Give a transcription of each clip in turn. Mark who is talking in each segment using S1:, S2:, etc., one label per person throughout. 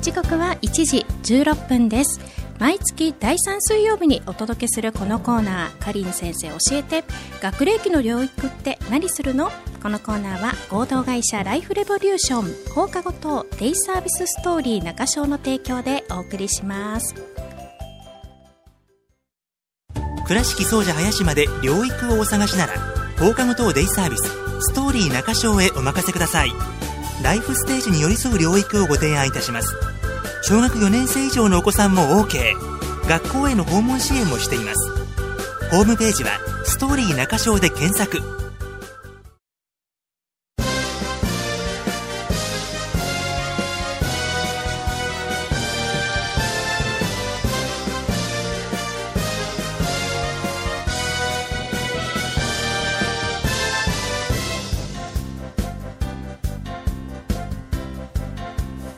S1: 時刻は1時16分です毎月第3水曜日にお届けするこのコーナーかりん先生教えて学齢期の療育って何するのこのコーナーは合同会社ライフレボリューション放課後等デイサービスストーリー中小の提供でお送りします
S2: 倉敷総社林まで療育をお探しなら放課後等デイサービスストーリー中小へお任せくださいライフステージに寄り添う療育をご提案いたします小学4年生以上のお子さんも OK 学校への訪問支援もしていますホームページは「ストーリー中小」で検索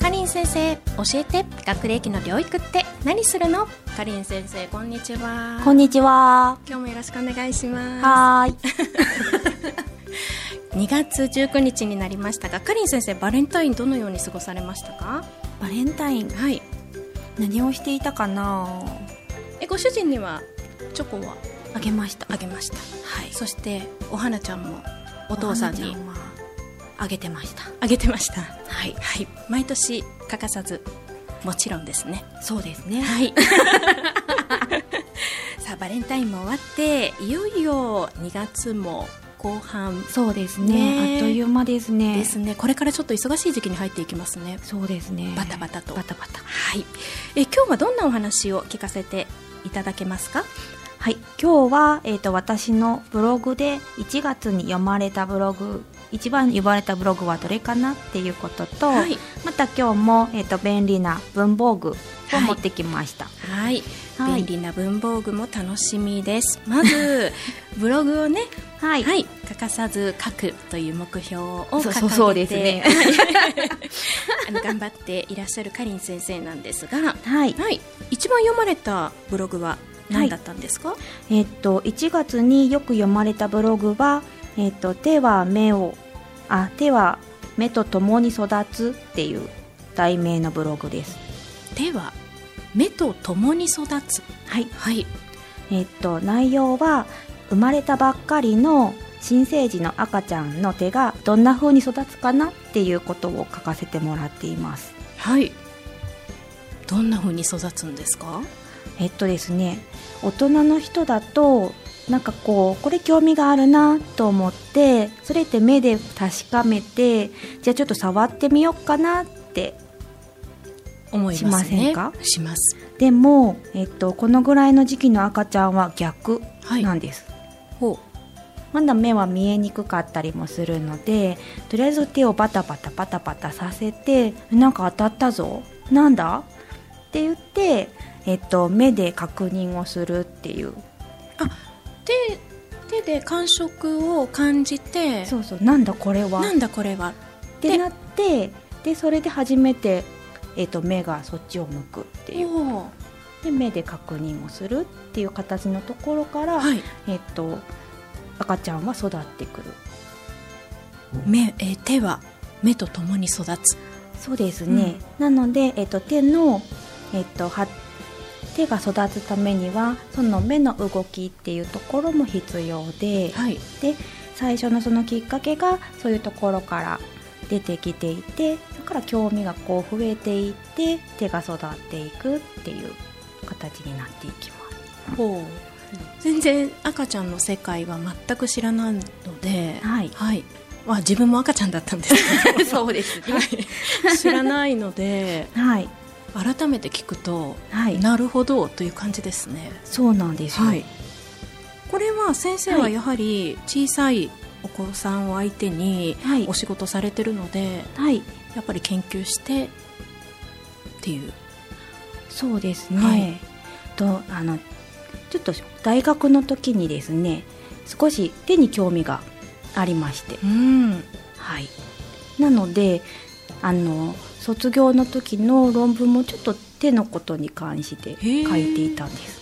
S1: かりん先生教えて学齢期の療育って何するのかりん先生こんにちは
S3: こんにちは。
S1: 今日もよろしくお願いしま
S3: はーい。
S1: す2月19日になりましたがかりん先生バレンタインどのように過ごされましたか
S3: バレンタイン、
S1: はい
S3: 何をしていたかな
S1: えご主人にはチョコは
S3: あげました。
S1: あげました
S3: はい。
S1: そしてお花ちゃんもお父さん
S3: お
S1: に
S3: 花ちゃはあげてました。
S1: あげてましたはい、はい、毎年欠かさずもちろんですね
S3: そうですね。
S1: はい さあバレンタインも終わっていよいよ2月も後半
S3: そうです
S1: ね
S3: ね。あっという間ですね。
S1: ですねこれからちょっと忙しい時期に入っていきますね
S3: そうですね。
S1: バタバタと
S3: バタバタ。
S1: はいえ今日はどんなお話を聞かせていただけますか
S3: はい。今日は、えっ、と、私のブログで1月に読まれたブログ、一番読まれたブログはどれかなっていうことと、
S1: はい
S3: また今日も、えっ、と、便利な文房具を持ってきました。
S1: はい、
S3: はい
S1: 便利な文房具も楽しみですま ずブログをね、
S3: は
S1: はい欠かさず書くという目標を掲げ
S3: そ
S1: て
S3: うそうそうですね。
S1: あの頑張っていらっしゃるかりん先生なんですが、
S3: はい。
S1: はい、一番読まれたブログは何だったんですか、
S3: えっと、1月によく読まれたブログは、えっと、手は目を、あ、手は目と共に育つっていう題名のブログです。
S1: では目と共に育つ
S3: はい。
S1: はい
S3: えっと、内容は、生まれたばっかりの新生児の赤ちゃんの手がどんな風に育つかなっていうことを書かせてもらっています。
S1: はいどんな風に育つんですか
S3: えっとですね、大人の人だと、なんかこう、これ興味があるなと思って、それって目で確かめて、じゃあちょっと触ってみようかなって。
S1: 思いますね
S3: しませんか
S1: します
S3: でも、えっと、このぐらいの時期の赤ちゃんは逆
S1: はい
S3: なんです。
S1: ほ
S3: まだ目は見えにくかったりもするので、とりあえず手をバタバタバタバタさせて、なんか当たったぞなんだって言って、えっと、目で確認をするっていう。
S1: うで手で感触を感じて
S3: そうそう、なんだこれは。
S1: なんだこれは
S3: ってなってでそれで初めて、えー、と目がそっちを向くっていう
S1: おー
S3: で目で確認をするっていう形のところから、
S1: はい
S3: えー、と赤ちゃんは育ってくる
S1: 目、えー手は目と共に育つ
S3: そうですね、なので、えー、と手の、えー、とは手が育つためにはその目の動きっていうところも必要で
S1: はい
S3: で最初のそのきっかけがそういうところから出てきていてだから興味がこう増えていって手が育っていくっていう形になっていきます。
S1: ほう全然赤ちゃんの世界は全く知らないので
S3: はい
S1: はいまあ、自分も赤ちゃんだったんですけど
S3: そうですね
S1: はい知らないので
S3: はい、
S1: 改めて聞くと、
S3: はい、
S1: なるほどという感じですね
S3: そうなんですよ、
S1: これは先生はやはり小さいお子さんを相手に
S3: はい
S1: お仕事されてるので
S3: はい、
S1: やっぱり研究してっていう
S3: そうですね、
S1: はい
S3: とあのちょっと大学の時にですね少し手に興味がありまして
S1: うん
S3: はい、なのであの卒業の時の論文もちょっと手のことに関して
S1: ー
S3: 書いていたんです。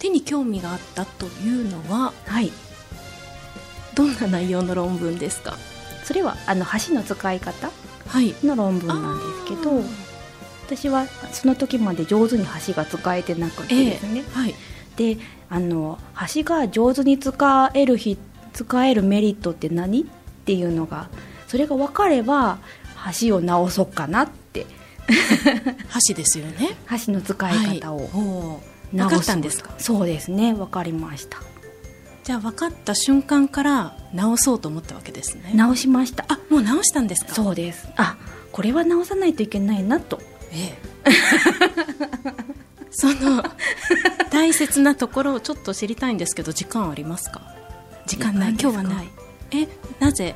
S1: 手に興味があったというのは
S3: はい、
S1: どんな内容の論文ですか
S3: それはあの箸の使い方
S1: はい
S3: の論文なんですけど、私はその時まで上手に箸が使えてなくてですね、
S1: はい
S3: であの箸が上手に使える日使えるメリットって何っていうのがそれが分かれば箸を直そうかなって
S1: 箸ですよね
S3: 箸の使い方を
S1: おー分
S3: 直そう
S1: かったんですか
S3: そうですね分かりました
S1: じゃあ分かった瞬間から直そうと思ったわけですね
S3: 直しました
S1: あもう直したんですか
S3: そうですあこれは直さないといけないなと
S1: え えその大切なところをちょっと知りたいんですけど時間ありますか時間ない
S3: 時間
S1: 今
S3: です
S1: 日
S3: か
S1: はないえなぜ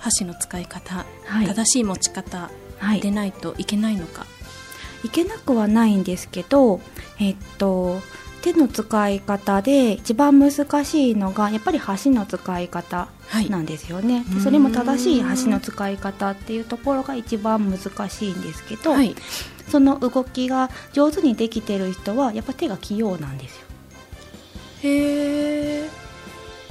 S1: 箸の使い方、
S3: はい
S1: 正しい持ち方
S3: はい
S1: でないといけないのか、
S3: いけなくはないんですけど、えっと、手の使い方で一番難しいのがやっぱり箸の使い方
S1: はい
S3: なんですよね、
S1: うん
S3: それも正しい箸の使い方っていうところが一番難しいんですけど、
S1: はい、
S3: その動きが上手にできてる人はやっぱ手が器用なんですよ。
S1: へえ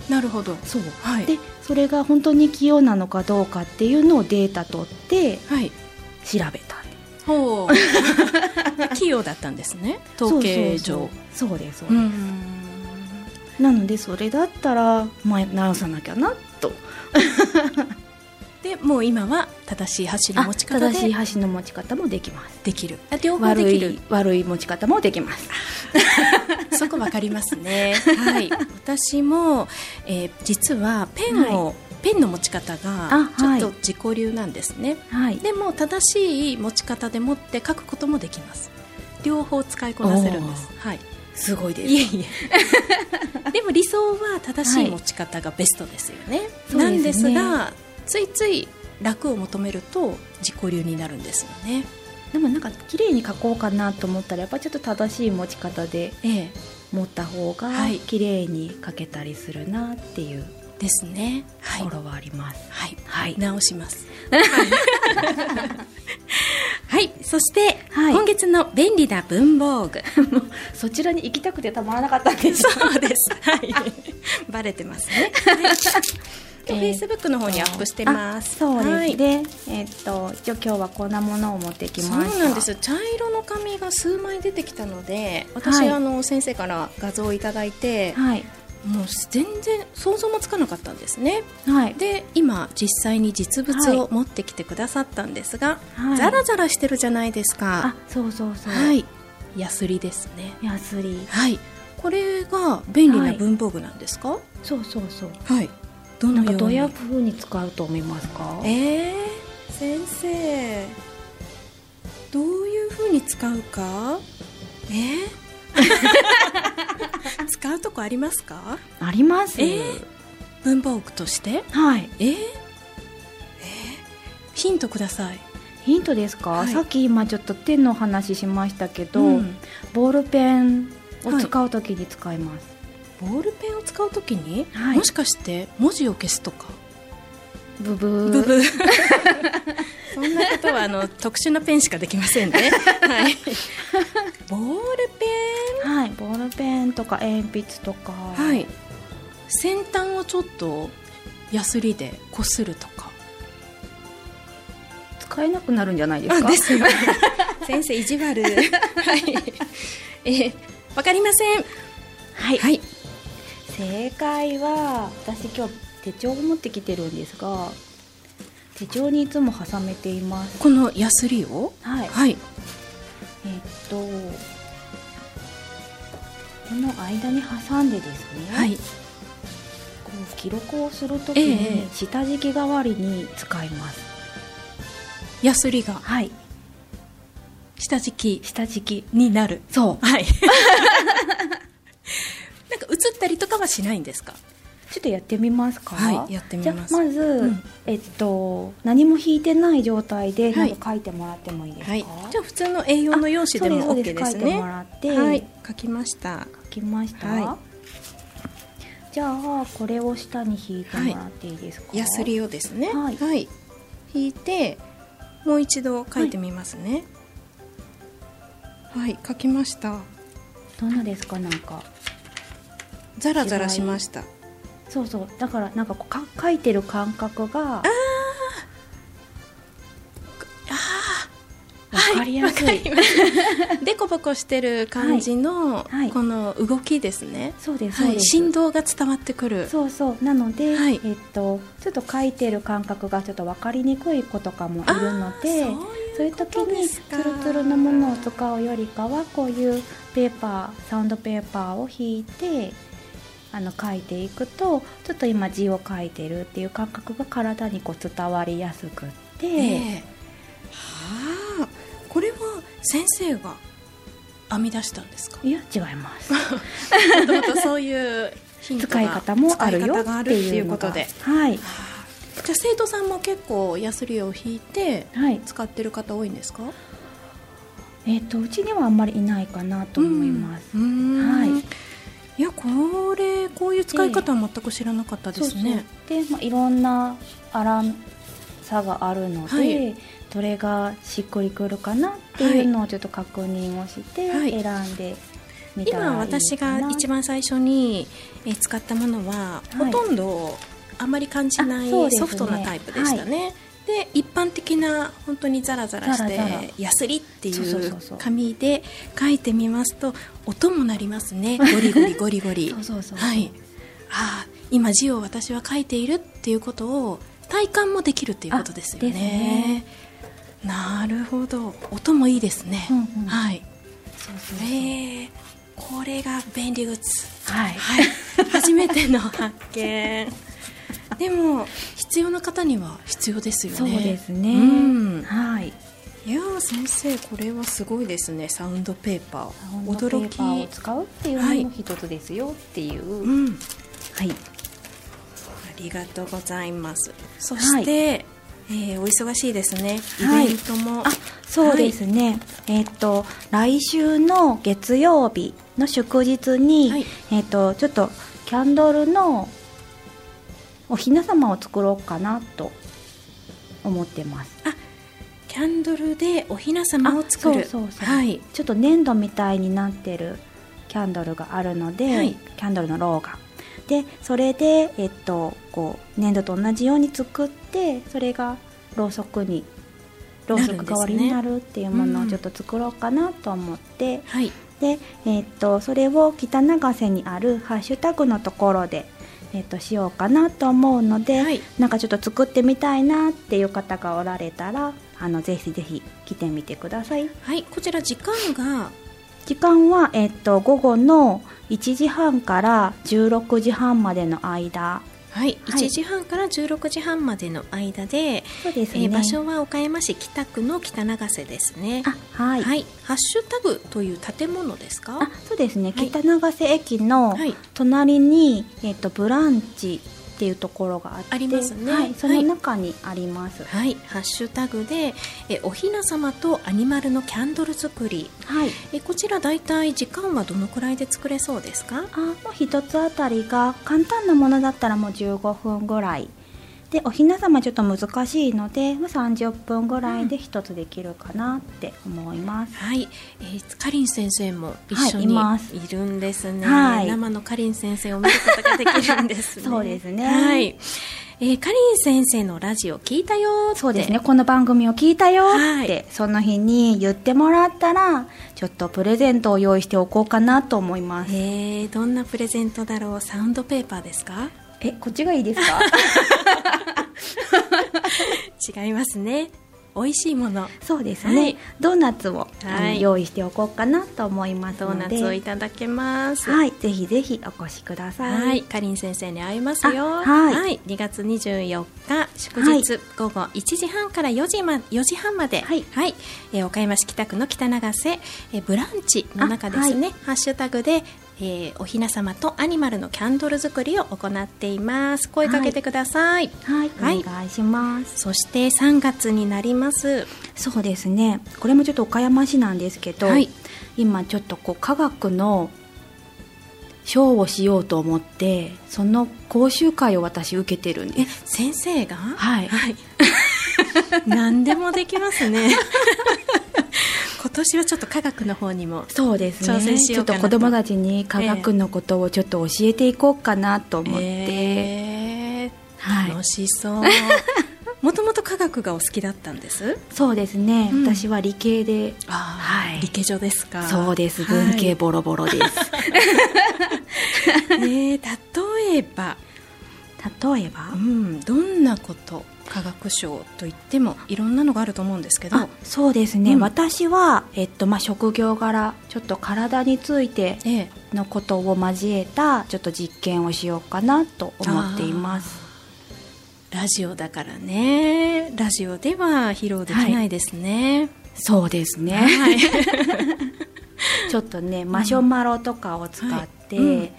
S1: なるほど
S3: そう
S1: はい
S3: でそれが本当に器用なのかどうかっていうのをデータ取って
S1: はい
S3: 調べた
S1: ほう器用だったんですね統計上
S3: そうそうそうそうですそう
S1: う
S3: です、
S1: ん
S3: なのでそれだったら、まあ、直さなきゃなと
S1: でもう今は正しい箸の持ち方
S3: あ正しい
S1: で
S3: 箸の持ち方もできます
S1: できるあ両方で
S3: 悪
S1: き
S3: い
S1: る
S3: 悪い持ち方もできます
S1: そこわかります ね。はい、私も、えー実はペンを、ペンの持ち方が
S3: あ
S1: ちょ
S3: は
S1: っ
S3: い
S1: と自己流なんですね。
S3: はい
S1: でも正しい持ち方でもって書くこともできます。両方使いこなせるんです。はい。
S3: すごいで
S1: いえいえ。でも理想は正しい持ち方がベストですよね。
S3: そうですね
S1: なんですが、ついつい楽を求めると自己流になるんですよね。
S3: でもなんか綺麗に書こうかなと思ったらやっぱちょっと正しい持ち方で
S1: ええ。
S3: 持った方が
S1: はい
S3: 綺麗に書けたりするなっていう
S1: ですね。は
S3: と
S1: い
S3: こ。ろはあります
S1: はい。
S3: はい
S1: 直し ます。はい、そして、
S3: はい
S1: 今月の便利な文房具。
S3: そちらに行きたくてたまらなかったんです
S1: そうです。はい。バレてます ね。はい。フ
S3: えー
S1: ェイスブックの方にアップしてます。
S3: あそうです、
S1: はい
S3: でえっと一応今日はこんなものを持ってき
S1: そ
S3: ました
S1: うなんです茶色の紙が数枚出てきたので私、
S3: はい
S1: あの先生から画像をいただいて
S3: はい
S1: もう全然想像もつかなかったんですね
S3: はい
S1: で今実際に実物を持ってきてくださったんですが、
S3: はい
S1: ザラザラしてるじゃないですか
S3: あそうそうそう
S1: はい、ヤスリですね。
S3: ヤスリ
S1: はい、これが便利
S3: は
S1: ない文房具なんですか？
S3: そうそうそう
S1: はい。ど
S3: な
S1: の
S3: んか
S1: よ
S3: ど
S1: う
S3: うい
S1: に
S3: う？風に使うと思いますか
S1: えー、先生、どういう風に使うか？えー、 使うとこありますか？
S3: あります、
S1: えー文房具として？
S3: はい
S1: えー、えー、ヒントください。
S3: ヒントですか、
S1: はい
S3: さっき今ちょっと手の話しましたけど、
S1: うん
S3: ボールペンを使うときに使います、
S1: ボールペンを使うときに、
S3: はい
S1: もしかして文字を消すとか？
S3: ブブー
S1: ブ ブそんなことはあの特殊なペンしかできませんね。 はい。ボールペ
S3: はいボールペンとか鉛筆とか
S1: ン。はい。先端をちょっとヤスリでこするとか。
S3: 使えなくなるんじゃないですか
S1: よ。先生意地悪。 はい。えーわかりません。
S3: はい
S1: はい。
S3: 正解は私今日手帳を持ってきてるんですが手帳にいつも挟めています
S1: このヤスリを。
S3: はい
S1: はい。
S3: えっとこの間に挟んでですね、
S1: はい。
S3: こう記録をするとき
S1: ええ
S3: に下敷き代わりに使います、
S1: ヤスリが
S3: はい
S1: 下敷き
S3: 下敷き
S1: になる。
S3: そう
S1: はい。 なんか映ったりとかはしないんですか。
S3: ちょっとやってみますか
S1: はいやってみます
S3: じゃあまず、
S1: うん
S3: えっと何も引いてない状態で
S1: は
S3: ないんか書いてもらってもいいですか、
S1: はい、じゃあ普通の A4 の用紙でも
S3: そう
S1: OK です
S3: 書いて
S1: ね
S3: も。らって、
S1: はい、書きました。
S3: 書きました、
S1: は
S3: じゃあこれを下に引いてもらっていいですか、
S1: ヤスリをですね、は、
S3: はいい
S1: 引いてもう一度書いてみますね。はい、書きました。
S3: どんなですかなんか
S1: ザラザラしました。
S3: そうそうだからなんかこうか書いてる感覚がわかりやすい、
S1: わかりますでこぼこしてる感じの、
S3: いはい
S1: この動きですね、
S3: そうです
S1: は
S3: そう
S1: い、
S3: です、
S1: 振動が伝わってくる
S3: そうそうなので、
S1: はい
S3: えっと、ちょっと書いてる感覚がちょっと分かりにくい子とかもい
S1: あ
S3: るので
S1: ー
S3: そういう時に
S1: ツ
S3: ツルツルのものを使うよりかはこういうペーパーサウンドペーパーを引いてあの書いていくとちょっと今字を書いてるっていう感覚が体にこう伝わりやすくって、
S1: ええはあこれは先生が編み出したんですか
S3: いや違います。
S1: もともとそういうヒントが
S3: 使い方もあるよ
S1: 使い方があ
S3: っ
S1: るっててい
S3: いう
S1: う
S3: の
S1: こ
S3: が
S1: とで、
S3: はい
S1: はあじゃあ生徒さんも結構ヤスリを引いて
S3: はい
S1: 使ってる方多いんですか
S3: えっとうちにはあんまりいないかなと思います。
S1: うんうーん
S3: はい
S1: いやこれこういう使い方は全く知らなかったですね、
S3: そうそうで、まあ、いろんな粗さがあるので、
S1: はい
S3: どれがしっくりくるかなっていうのをちょっと確認をして
S1: はい
S3: 選んでみたらいい
S1: 今私
S3: か
S1: が
S3: な
S1: 一番最初にえー使ったものは、
S3: はい
S1: ほとんどあまり感じな
S3: あそう
S1: い
S3: です
S1: ソ
S3: ね
S1: フトなタイプでしたね。で一般的な本当にザラザラし
S3: ザラザラ
S1: てヤスリってい
S3: そうそうそう
S1: う
S3: そう
S1: 紙で書いてみますと音も鳴ります ねゴリゴリゴリゴリ
S3: そうそうそうそう
S1: はいああ今字を私は書いているっていうことを体感もできるっていうことですよね
S3: あですね
S1: なるほど音もいいですね、
S3: うんうん
S1: はい
S3: そうそうそう
S1: えー、これが便利グッズ
S3: はい
S1: はい初めての発見でも必要な方には必要ですよね
S3: そうです
S1: う
S3: ね、
S1: ん
S3: はい
S1: いやー先生これはすごいですねサウンドペーパー
S3: サウンドペーパーを
S1: 驚き
S3: 使うっていうのも一つですよっていう、
S1: う
S3: はい
S1: んありがとうございますそして、えーお忙しいですね
S3: は
S1: イ
S3: い
S1: ベントも、
S3: あそうですね、えっ、と来週の月曜日の祝日に、
S1: はい
S3: えっ、とちょっとキャンドルのお雛様を作ろうかなと思ってます
S1: キャンドルでお雛様を作る
S3: あそうそうそう
S1: はい
S3: ちょっと粘土みたいになってるキャンドルがあるので、
S1: はい
S3: キャンドルのローがでそれでえっ、とこう粘土と同じように作ってそれがろうそくにろうそく代わりになるっていうものをちょっと作ろうかなと思って、
S1: はい
S3: で、えーっとそれを北長瀬にあるハッシュタグのところで、えーっとしようかなと思うので、
S1: はい
S3: なんかちょっと作ってみたいなっていう方がおられたらあのぜひぜひ来てみてください
S1: はいこちら時間が
S3: 時間は、えーっと午後の1時半から16時半までの間
S1: はい、
S3: はい
S1: 1時半から16時半までの間で、
S3: そうです
S1: えー場所は岡山市北区の北長瀬ですね。
S3: あはい、
S1: はい、ハッシュタグという建物ですか。
S3: あそうですね、
S1: はい
S3: 北長瀬駅の、
S1: はい、
S3: 隣に、えっとブランチっていうところがあって
S1: ありますね
S3: はい、その中にあります、はい
S1: はい、ハッシュタグで、えーお雛様とアニマルのキャンドル作り。えーこちらだいたい時間はどのくらいで作れそうですか。
S3: あもう一つあたりが簡単なものだったらもう15分ぐらいでお雛様ちょっと難しいのでまあ30分ぐらいで一つできるかなって思います、
S1: はい、えー、かりん先生も一緒
S3: はい
S1: に
S3: います
S1: いるんですね、
S3: はい
S1: 生のかりん先生を見ることができるんですね
S3: そうですね
S1: はい、えー、かりん先生のラジオ聞いたよーって
S3: そうですねこの番組を聞いたよ
S1: は
S3: っ
S1: い
S3: てその日に言ってもらったらちょっとプレゼントを用意しておこうかなと思います
S1: えー、どんなプレゼントだろうサウンドペーパーですか
S3: えこっちがいいですか
S1: 違いますね美味しいもの
S3: そうですね、
S1: はい
S3: ドーナツを、あ
S1: は
S3: の
S1: い
S3: 用意しておこうかなと思います
S1: ド
S3: の
S1: ー
S3: で
S1: ナツをいただけます
S3: はい、ぜひぜひお越しください。
S1: はい、かりん先生に会いますよ。
S3: あはい
S1: 2月24日祝日、午後1時半から4時ま4時半まで、
S3: はい
S1: えー岡山市北区の北長瀬、えーブランチの中ですね、ハッシュタグで。えーお雛様とアニマルのキャンドル作りを行っています声かけてください、
S3: はい、
S1: はい
S3: お願いします。
S1: そして3月になります
S3: そうですね。これもちょっと岡山市なんですけど、
S1: はい
S3: 今ちょっとこう科学のショーをしようと思って、その講習会を私受けてるん
S1: え
S3: です。
S1: 先生が
S3: はい
S1: はい、 何でもできますね 今年はちょっと科学の方にも
S3: そうですね。
S1: 挑戦しようかな
S3: ちょ
S1: と
S3: っと子供たちに科学のことをちょっと教えていこうかなと思って、
S1: えー
S3: はい
S1: 楽しそう、もともと科学がお好きだったんです
S3: そうですね、
S1: うん
S3: 私は理系で
S1: は
S3: はい
S1: 理系女ですか
S3: そうです
S1: はい
S3: 文系ボロボロです、
S1: ねえ例えば、
S3: 例えば
S1: うん、どんなこと科学賞といってもいろんなのがあると思うんですけど
S3: あそうですね、
S1: うん
S3: 私は、えっとまあ、職業柄ちょっと体について
S1: ええ
S3: のことを交えたちょっと実験をしようかなと思っています
S1: ラジオだからねラジオでは披露できないですね、
S3: そうです
S1: はい
S3: ちょっとねマシュマロとかを使って、
S1: はいうん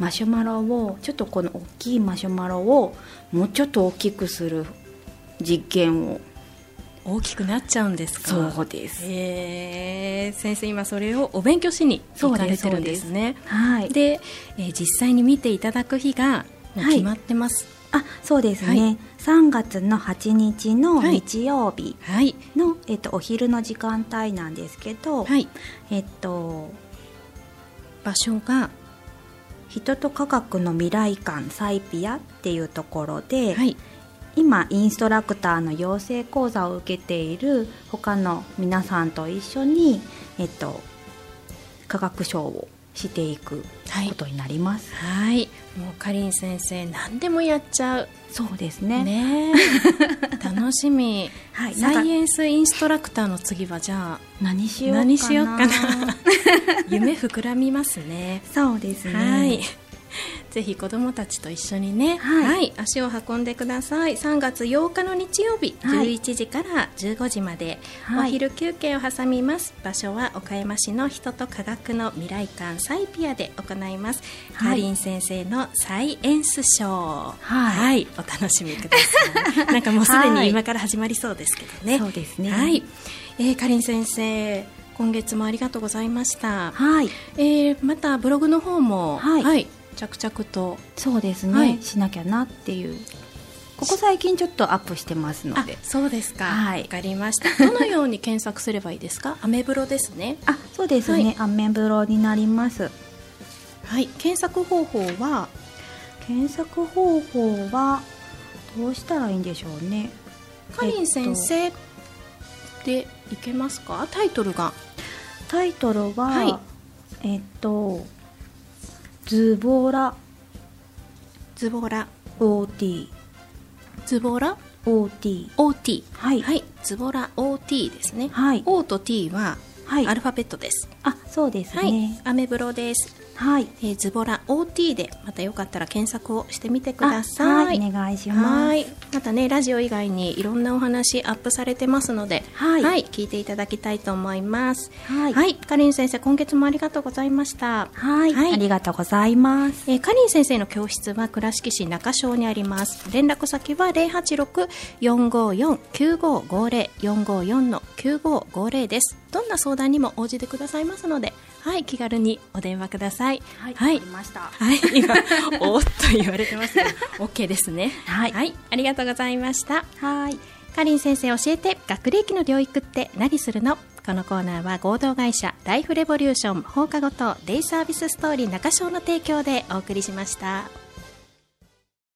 S3: マシュマロをちょっとこの大きいマシュマロをもうちょっと大きくする実験を
S1: 大きくなっちゃうんですか
S3: そうです
S1: へえ先生今それをお勉強しに行かれてるんですね
S3: は
S1: で
S3: い
S1: えー実際に見ていただく日がもう決まってます
S3: あそうですね、
S1: はい
S3: 3月の8日の
S1: はい
S3: 日曜日
S1: はい
S3: の、えっと、お昼の時間帯なんですけど、
S1: はい
S3: えっと
S1: 場所が
S3: 人と科学の未来館サイピアっていうところで、
S1: はい
S3: 今インストラクターの養成講座を受けている他の皆さんと一緒に、えっと、科学賞をしていく
S1: はい
S3: ことになります、
S1: はいもうかりん先生何でもやっちゃう
S3: そうです ね
S1: ねえ楽しみ
S3: はい
S1: サイ
S3: なんか
S1: エンスインストラクターの次はじゃあ
S3: 何しようかな
S1: 何しようかな夢膨らみますね
S3: そうですね
S1: はい。 ぜひ子どもたちと一緒にね、
S3: はい
S1: 足を運んでください。3月8日の日曜日、
S3: はい
S1: 11時から15時まで、
S3: はい
S1: お昼休憩を挟みます。場所は岡山市の人と科学の未来館サイピアで行います。
S3: はい
S1: かりん先生のサイエンスショー、
S3: はい
S1: お楽しみくだ さい。なんかもうすで
S3: は
S1: に
S3: い
S1: 今から始まりそうですけどね。
S3: そうですね
S1: はい、えー、かりん先生、今月もありがとうございました。
S3: はい
S1: えーまたブログの方も、は
S3: はい
S1: い着々と
S3: そうですね、
S1: はい
S3: しなきゃなっていうここ最近ちょっとアップしてますので
S1: そうですか
S3: はい
S1: わかりました どのように検索すればいいですかアメブロですね
S3: あそうですね、
S1: はい
S3: アメブロになります
S1: はい検索方法は
S3: 検索方法はどうしたらいいんでしょうね
S1: かりん先生でいけますかタイトルが
S3: タイトルは、
S1: はい
S3: えっと「ズボラ
S1: ズボラ
S3: OT」
S1: ズボラ
S3: OT
S1: OT
S3: はい
S1: はいズボラ OT ですね、
S3: はい、
S1: O と T は
S3: はい
S1: アルファベットです、
S3: あそうですね
S1: アメブロです、
S3: はい、
S1: えーズボラ OT でまたよかったら検索をしてみてくださ
S3: あはいお願いします
S1: はいまたねラジオ以外にいろんなお話アップされてますのでは
S3: はい
S1: 聞いていただきたいと思います
S3: は
S1: はいい、かりん先生今月もありがとうございました
S3: はい
S1: はい
S3: ありがとうございます
S1: えー、かりん先生の教室は倉敷市中小にあります連絡先は086-454-9550 454-9550ですどんな相談にも応じてくださいますのではい気軽にお電話ください
S3: わかりました
S1: はい、 今、おーっと言われてますけど、OK ですね。
S3: はい
S1: ありがとうございました。
S3: はい
S1: かりん先生教えて、学歴の領域って何するのこのコーナーは合同会社、ライフレボリューション、放課後等デイサービスストーリー中章の提供でお送りしました。